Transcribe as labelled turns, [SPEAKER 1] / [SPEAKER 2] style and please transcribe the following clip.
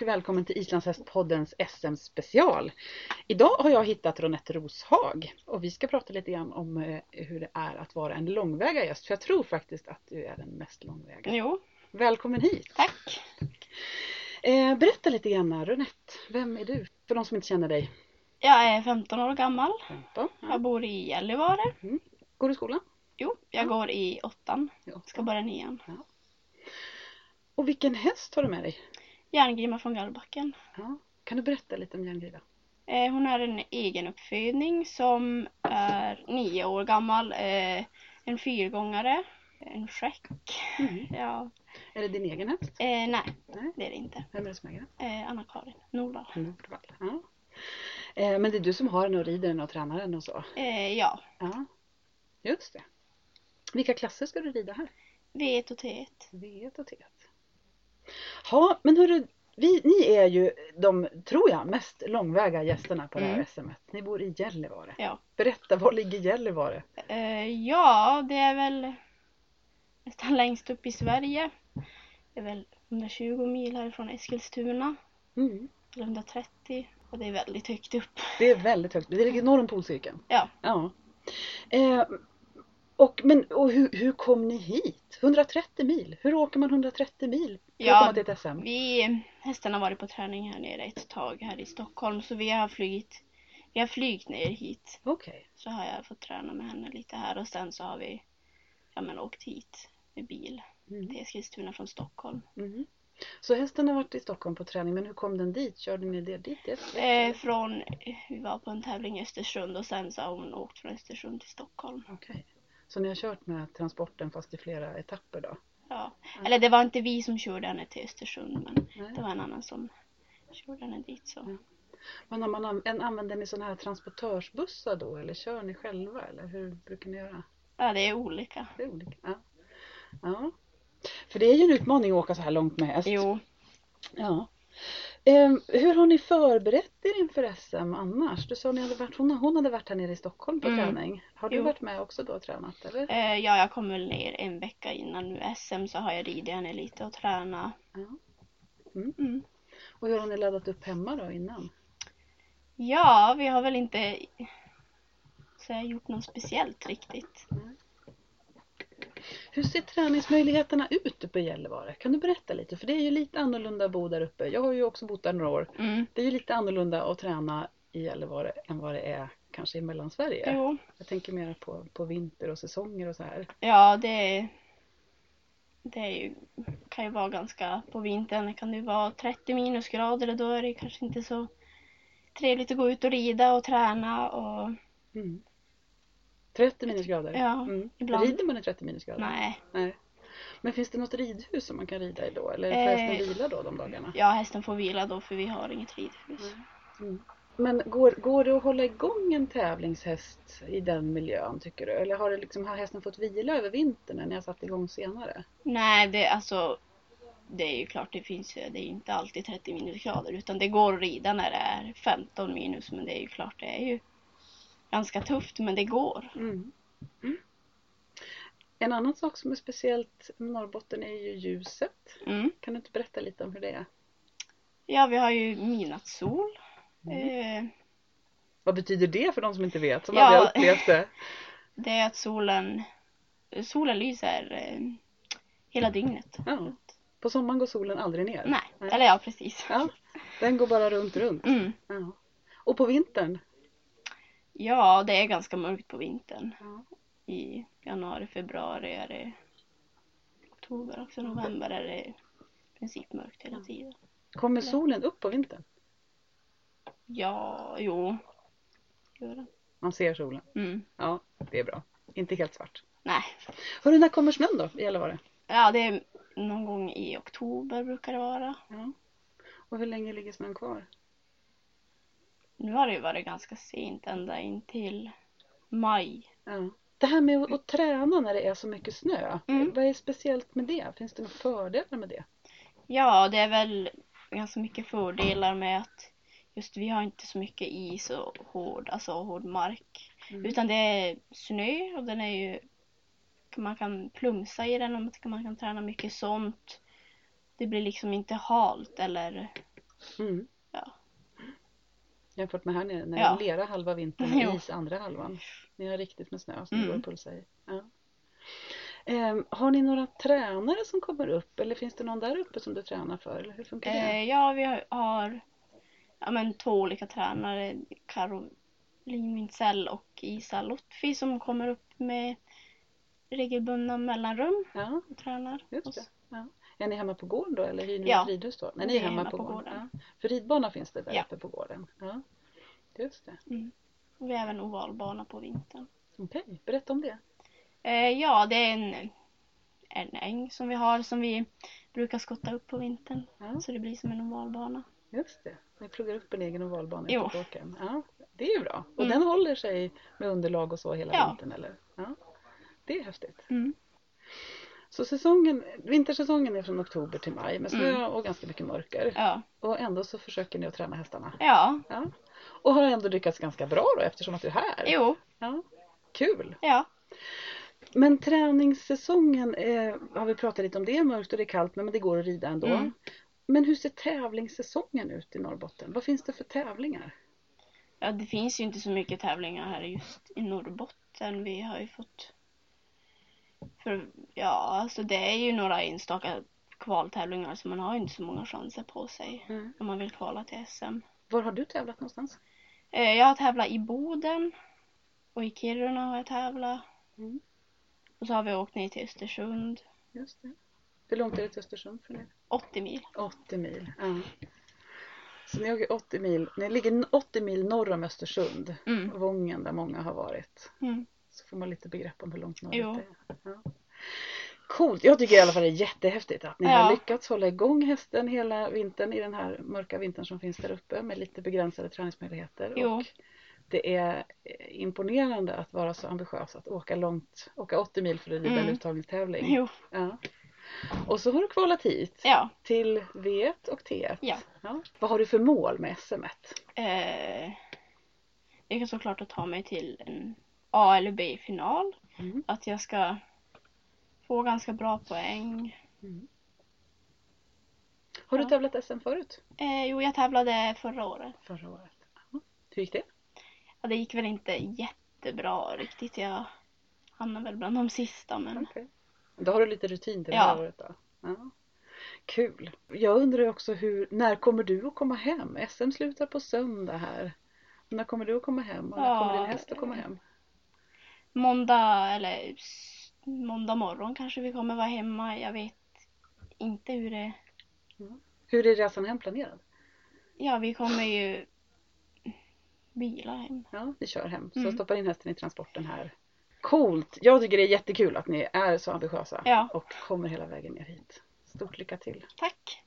[SPEAKER 1] välkommen till Islandshästpoddens SM-special. Idag har jag hittat Ronette Roshag och vi ska prata lite grann om eh, hur det är att vara en långväga gäst. För jag tror faktiskt att du är den mest långväga.
[SPEAKER 2] Jo,
[SPEAKER 1] Välkommen hit!
[SPEAKER 2] tack.
[SPEAKER 1] Eh, berätta lite grann Ronette, vem är du? För de som inte känner dig.
[SPEAKER 2] Jag är 15 år gammal.
[SPEAKER 1] 15.
[SPEAKER 2] Jag
[SPEAKER 1] Ja.
[SPEAKER 2] bor i Gällivare.
[SPEAKER 1] Går du i skolan?
[SPEAKER 2] Jo, jag går i åttan.
[SPEAKER 1] Ja.
[SPEAKER 2] Ska börja nian.
[SPEAKER 1] Och vilken häst har du med dig?
[SPEAKER 2] Järngrima från Gallbacken.
[SPEAKER 1] Ja. Kan du berätta lite om Järngriva?
[SPEAKER 2] Eh, hon är en egenuppfödning som är nio år gammal. Eh, en fyrgångare. En skäck.
[SPEAKER 1] Mm.
[SPEAKER 2] Ja.
[SPEAKER 1] Är det din egen häst?
[SPEAKER 2] Eh, nej,
[SPEAKER 1] Nej.
[SPEAKER 2] det är det inte.
[SPEAKER 1] Vem är det som äger den?
[SPEAKER 2] Eh, Anna-Karin Norvall.
[SPEAKER 1] Nordvall. Ja. Eh, Men det är du som har den och rider den och tränar den och så?
[SPEAKER 2] Eh, ja,
[SPEAKER 1] Ja, just det. Vilka klasser ska du rida här?
[SPEAKER 2] V1 och T1.
[SPEAKER 1] V1 och T1. Ja, men hörru, vi, ni är ju de, tror jag, mest långväga gästerna på det här
[SPEAKER 2] Mm.
[SPEAKER 1] SMet. Ni bor i Gällivare.
[SPEAKER 2] Ja.
[SPEAKER 1] Berätta, var ligger Gällivare?
[SPEAKER 2] Eh, ja, det är väl nästan längst upp i Sverige. Det är väl 120 mil härifrån Eskilstuna,
[SPEAKER 1] Mm.
[SPEAKER 2] eller 130. Och det är väldigt högt upp.
[SPEAKER 1] Det är väldigt högt. Det ligger norr om polcirkeln.
[SPEAKER 2] Ja.
[SPEAKER 1] Ja. Eh, och men, och hur, hur kom ni hit? 130 mil? Hur åker man 130 mil för
[SPEAKER 2] Ja,
[SPEAKER 1] att komma till ett SM?
[SPEAKER 2] Vi, hästarna har varit på träning här nere ett tag här i Stockholm, så vi har flugit, vi har flygit ner hit.
[SPEAKER 1] Okej.
[SPEAKER 2] Så har jag fått träna med henne lite här och sen så har vi, ja men åkt hit med bil
[SPEAKER 1] Mm.
[SPEAKER 2] till Eskilstuna från Stockholm.
[SPEAKER 1] Mhm. Så hästen har varit i Stockholm på träning, men hur kom den dit? Körde ni det dit? efter?
[SPEAKER 2] Eh, från, vi var på en tävling i Östersund och sen så har hon åkt från Östersund till Stockholm.
[SPEAKER 1] Okej. Så ni har kört med transporten fast i flera etapper då?
[SPEAKER 2] Ja. Eller det var inte vi som körde henne till Östersund men det
[SPEAKER 1] Nej.
[SPEAKER 2] var en annan som körde henne dit så.
[SPEAKER 1] Men har man an- en, använder ni sådana här transportörsbussar då eller kör ni själva eller hur brukar ni göra?
[SPEAKER 2] Ja det är olika.
[SPEAKER 1] Det är olika. Ja. ja. För det är ju en utmaning att åka så här långt med häst.
[SPEAKER 2] Jo.
[SPEAKER 1] Ja. Ehm, hur har ni förberett er inför SM annars? Du sa ni hade varit, hon, hon hade varit här nere i Stockholm på
[SPEAKER 2] Mm.
[SPEAKER 1] träning. Har du
[SPEAKER 2] Jo.
[SPEAKER 1] varit med också då och tränat eller?
[SPEAKER 2] Eh, ja jag kom väl ner en vecka innan nu SM så har jag ridit henne lite och tränat.
[SPEAKER 1] Ja. Mm.
[SPEAKER 2] Mm.
[SPEAKER 1] Och hur har ni laddat upp hemma då innan?
[SPEAKER 2] Ja vi har väl inte så jag har gjort något speciellt riktigt.
[SPEAKER 1] Hur ser träningsmöjligheterna ut uppe i Gällivare? Kan du berätta lite? För det är ju lite annorlunda att bo där uppe. Jag har ju också bott där några år.
[SPEAKER 2] Mm.
[SPEAKER 1] Det är ju lite annorlunda att träna i Gällivare än vad det är kanske i Mellansverige.
[SPEAKER 2] Jo.
[SPEAKER 1] Jag tänker mer på, på vinter och säsonger och så här.
[SPEAKER 2] Ja det det är ju, kan ju vara ganska, på vintern kan det ju vara 30 minusgrader och då är det kanske inte så trevligt att gå ut och rida och träna och
[SPEAKER 1] 30 minusgrader?
[SPEAKER 2] Ja,
[SPEAKER 1] Mm.
[SPEAKER 2] ibland.
[SPEAKER 1] Rider man i 30 minusgrader?
[SPEAKER 2] nej.
[SPEAKER 1] Nej. Men finns det något ridhus som man kan rida i då? Eller får
[SPEAKER 2] Eh.
[SPEAKER 1] hästen vila då de dagarna?
[SPEAKER 2] Ja, hästen får vila då för vi har inget ridhus.
[SPEAKER 1] Mm. Men går, går det att hålla igång en tävlingshäst i den miljön tycker du? Eller har, det liksom, har hästen fått vila över vintern när ni har satt igång senare?
[SPEAKER 2] Nej, det alltså det är ju klart det finns ju, det är ju inte alltid 30 minusgrader utan det går att rida när det är 15 minus men det är ju klart det är ju ganska tufft men det går.
[SPEAKER 1] Mm. En annan sak som är speciellt med Norrbotten är ju ljuset.
[SPEAKER 2] Mm.
[SPEAKER 1] Kan du inte berätta lite om hur det är?
[SPEAKER 2] Ja, vi har ju midnattssol.
[SPEAKER 1] Mm.
[SPEAKER 2] Eh,
[SPEAKER 1] Vad betyder det för de som inte vet, som
[SPEAKER 2] Ja.
[SPEAKER 1] aldrig har upplevt det?
[SPEAKER 2] Det är att solen, solen lyser eh, hela dygnet.
[SPEAKER 1] Ja. På sommaren går solen aldrig ner.
[SPEAKER 2] Nej, eller ja precis.
[SPEAKER 1] Ja, den går bara runt, runt.
[SPEAKER 2] Mm.
[SPEAKER 1] Ja. Och på vintern?
[SPEAKER 2] Ja, det är ganska mörkt på vintern.
[SPEAKER 1] Ja.
[SPEAKER 2] I januari, februari är det oktober också, november är det i princip mörkt hela tiden.
[SPEAKER 1] Kommer solen upp på vintern?
[SPEAKER 2] Ja, jo. Gör det.
[SPEAKER 1] Man ser solen.
[SPEAKER 2] Mm.
[SPEAKER 1] Ja, det är bra. Inte helt svart.
[SPEAKER 2] Nej.
[SPEAKER 1] Hörru, när kommer snön då i Gällivare?
[SPEAKER 2] Ja, det är någon gång i oktober brukar det vara.
[SPEAKER 1] Ja. Och hur länge ligger snön kvar?
[SPEAKER 2] Nu har det ju varit ganska sent ända in till maj.
[SPEAKER 1] Ja. Det här med att- att träna när det är så mycket snö,
[SPEAKER 2] Mm.
[SPEAKER 1] vad är speciellt med det? Finns det några fördelar med det?
[SPEAKER 2] Ja, det är väl ganska mycket fördelar med att just vi har inte så mycket is och hård, alltså hård mark.
[SPEAKER 1] Mm.
[SPEAKER 2] Utan det är snö och den är ju man kan plumsa i den och man kan- man kan träna mycket sånt. Det blir liksom inte halt eller
[SPEAKER 1] Mm.
[SPEAKER 2] Ja.
[SPEAKER 1] Jämfört med här nere när
[SPEAKER 2] Ja.
[SPEAKER 1] det är lera halva vintern
[SPEAKER 2] Jo.
[SPEAKER 1] och is andra halvan. Ni har riktigt med snö som det går
[SPEAKER 2] Mm.
[SPEAKER 1] att pulsa i. Ja. Ehm, har ni några tränare som kommer upp eller finns det någon där uppe som du tränar för? Eller hur funkar det?
[SPEAKER 2] Eh, ja, vi har, har ja, men, två olika tränare, Caroline Wintzell och Isa Lotfi som kommer upp med regelbundna mellanrum
[SPEAKER 1] Ja,
[SPEAKER 2] och tränar
[SPEAKER 1] just det.
[SPEAKER 2] oss.
[SPEAKER 1] Ja. Är ni hemma på gården då eller hyr ni
[SPEAKER 2] Ja.
[SPEAKER 1] ett ridhus då? Nej, ni
[SPEAKER 2] Vi
[SPEAKER 1] är hemma, på, gården. Ja. För ridbana finns det där
[SPEAKER 2] Ja.
[SPEAKER 1] uppe på gården? Ja. Just det.
[SPEAKER 2] Mm. Och vi har även ovalbana på vintern.
[SPEAKER 1] Okej, berätta om det.
[SPEAKER 2] Eh, ja, det är en, en äng som vi har som vi brukar skotta upp på vintern.
[SPEAKER 1] Ja.
[SPEAKER 2] Så det blir som en ovalbana.
[SPEAKER 1] Just det, ni pluggar upp en egen ovalbana
[SPEAKER 2] Jo.
[SPEAKER 1] ute på åkern. Ja, det är ju bra. Och
[SPEAKER 2] Mm.
[SPEAKER 1] den håller sig med underlag och så hela
[SPEAKER 2] Ja.
[SPEAKER 1] vintern eller? Ja. Det är häftigt.
[SPEAKER 2] Mm.
[SPEAKER 1] Så säsongen, vintersäsongen är från oktober till maj med snö
[SPEAKER 2] Mm.
[SPEAKER 1] och ganska mycket mörker.
[SPEAKER 2] Ja.
[SPEAKER 1] Och ändå så försöker ni att träna hästarna.
[SPEAKER 2] ja,
[SPEAKER 1] Ja. Och har ändå lyckats ganska bra då eftersom att du är här.
[SPEAKER 2] jo,
[SPEAKER 1] Ja. Kul!
[SPEAKER 2] ja.
[SPEAKER 1] Men träningssäsongen eh, har vi pratat lite om. Det är mörkt och det är kallt men det går att rida ändå.
[SPEAKER 2] Mm.
[SPEAKER 1] Men hur ser tävlingssäsongen ut i Norrbotten? Vad finns det för tävlingar?
[SPEAKER 2] Ja, det finns ju inte så mycket tävlingar här just i Norrbotten. Vi har ju fått... För, ja, alltså det är ju några enstaka kvaltävlingar så man har ju inte så många chanser på sig
[SPEAKER 1] Mm.
[SPEAKER 2] om man vill kvala till SM.
[SPEAKER 1] Var har du tävlat någonstans?
[SPEAKER 2] Eh, Jag har tävlat i Boden och i Kiruna har jag tävlat.
[SPEAKER 1] Mm.
[SPEAKER 2] Och så har vi åkt ner till Östersund,
[SPEAKER 1] Just det. Hur långt är det till Östersund för er?
[SPEAKER 2] 80 mil.
[SPEAKER 1] 80 mil. Ja. Så ni åker 80 mil. Ni ligger 80 mil norr om Östersund.
[SPEAKER 2] Mm.
[SPEAKER 1] Vången där många har varit.
[SPEAKER 2] Mm.
[SPEAKER 1] Så får man lite begrepp om hur långt norrut
[SPEAKER 2] Jo.
[SPEAKER 1] det är. Ja. Coolt! Jag tycker i alla fall det är jättehäftigt att ni
[SPEAKER 2] Ja.
[SPEAKER 1] har lyckats hålla igång hästen hela vintern i den här mörka vintern som finns där uppe med lite begränsade träningsmöjligheter.
[SPEAKER 2] Jo.
[SPEAKER 1] Och det är eh, imponerande att vara så ambitiös att åka långt, åka 80 mil för att rida en
[SPEAKER 2] Mm.
[SPEAKER 1] uttagningstävling.
[SPEAKER 2] Jo,
[SPEAKER 1] Ja. Och så har du kvalat hit
[SPEAKER 2] ja.
[SPEAKER 1] till V1 och T1.
[SPEAKER 2] Ja.
[SPEAKER 1] Vad har du för mål med SM?
[SPEAKER 2] Eh, jag kan såklart att ta mig till en A eller B-final.
[SPEAKER 1] Mm.
[SPEAKER 2] Att jag ska få ganska bra poäng.
[SPEAKER 1] Mm. Har du
[SPEAKER 2] Ja.
[SPEAKER 1] tävlat SM förut?
[SPEAKER 2] Eh, jo, jag tävlade förra året.
[SPEAKER 1] Förra året. Ja. Hur gick det?
[SPEAKER 2] Ja, det gick väl inte jättebra riktigt. Jag hamnade väl bland de sista, men
[SPEAKER 1] Okej. Då har du lite rutin till det
[SPEAKER 2] Mm. Ja.
[SPEAKER 1] här året då? Ja. Kul! Jag undrar ju också hur, när kommer du att komma hem? SM slutar på söndag här. När kommer du att komma hem och när
[SPEAKER 2] Ja.
[SPEAKER 1] kommer din häst att komma hem?
[SPEAKER 2] måndag eller s- måndag morgon kanske vi kommer vara hemma. Jag vet inte hur det...
[SPEAKER 1] Hur är resan hem planerad?
[SPEAKER 2] Ja, vi kommer ju bila hem.
[SPEAKER 1] Ja, ni kör hem. Så
[SPEAKER 2] Mm.
[SPEAKER 1] stoppar in hästen i transporten här. Coolt! Jag tycker det är jättekul att ni är så ambitiösa
[SPEAKER 2] Ja.
[SPEAKER 1] och kommer hela vägen ner hit. Stort lycka till!
[SPEAKER 2] Tack!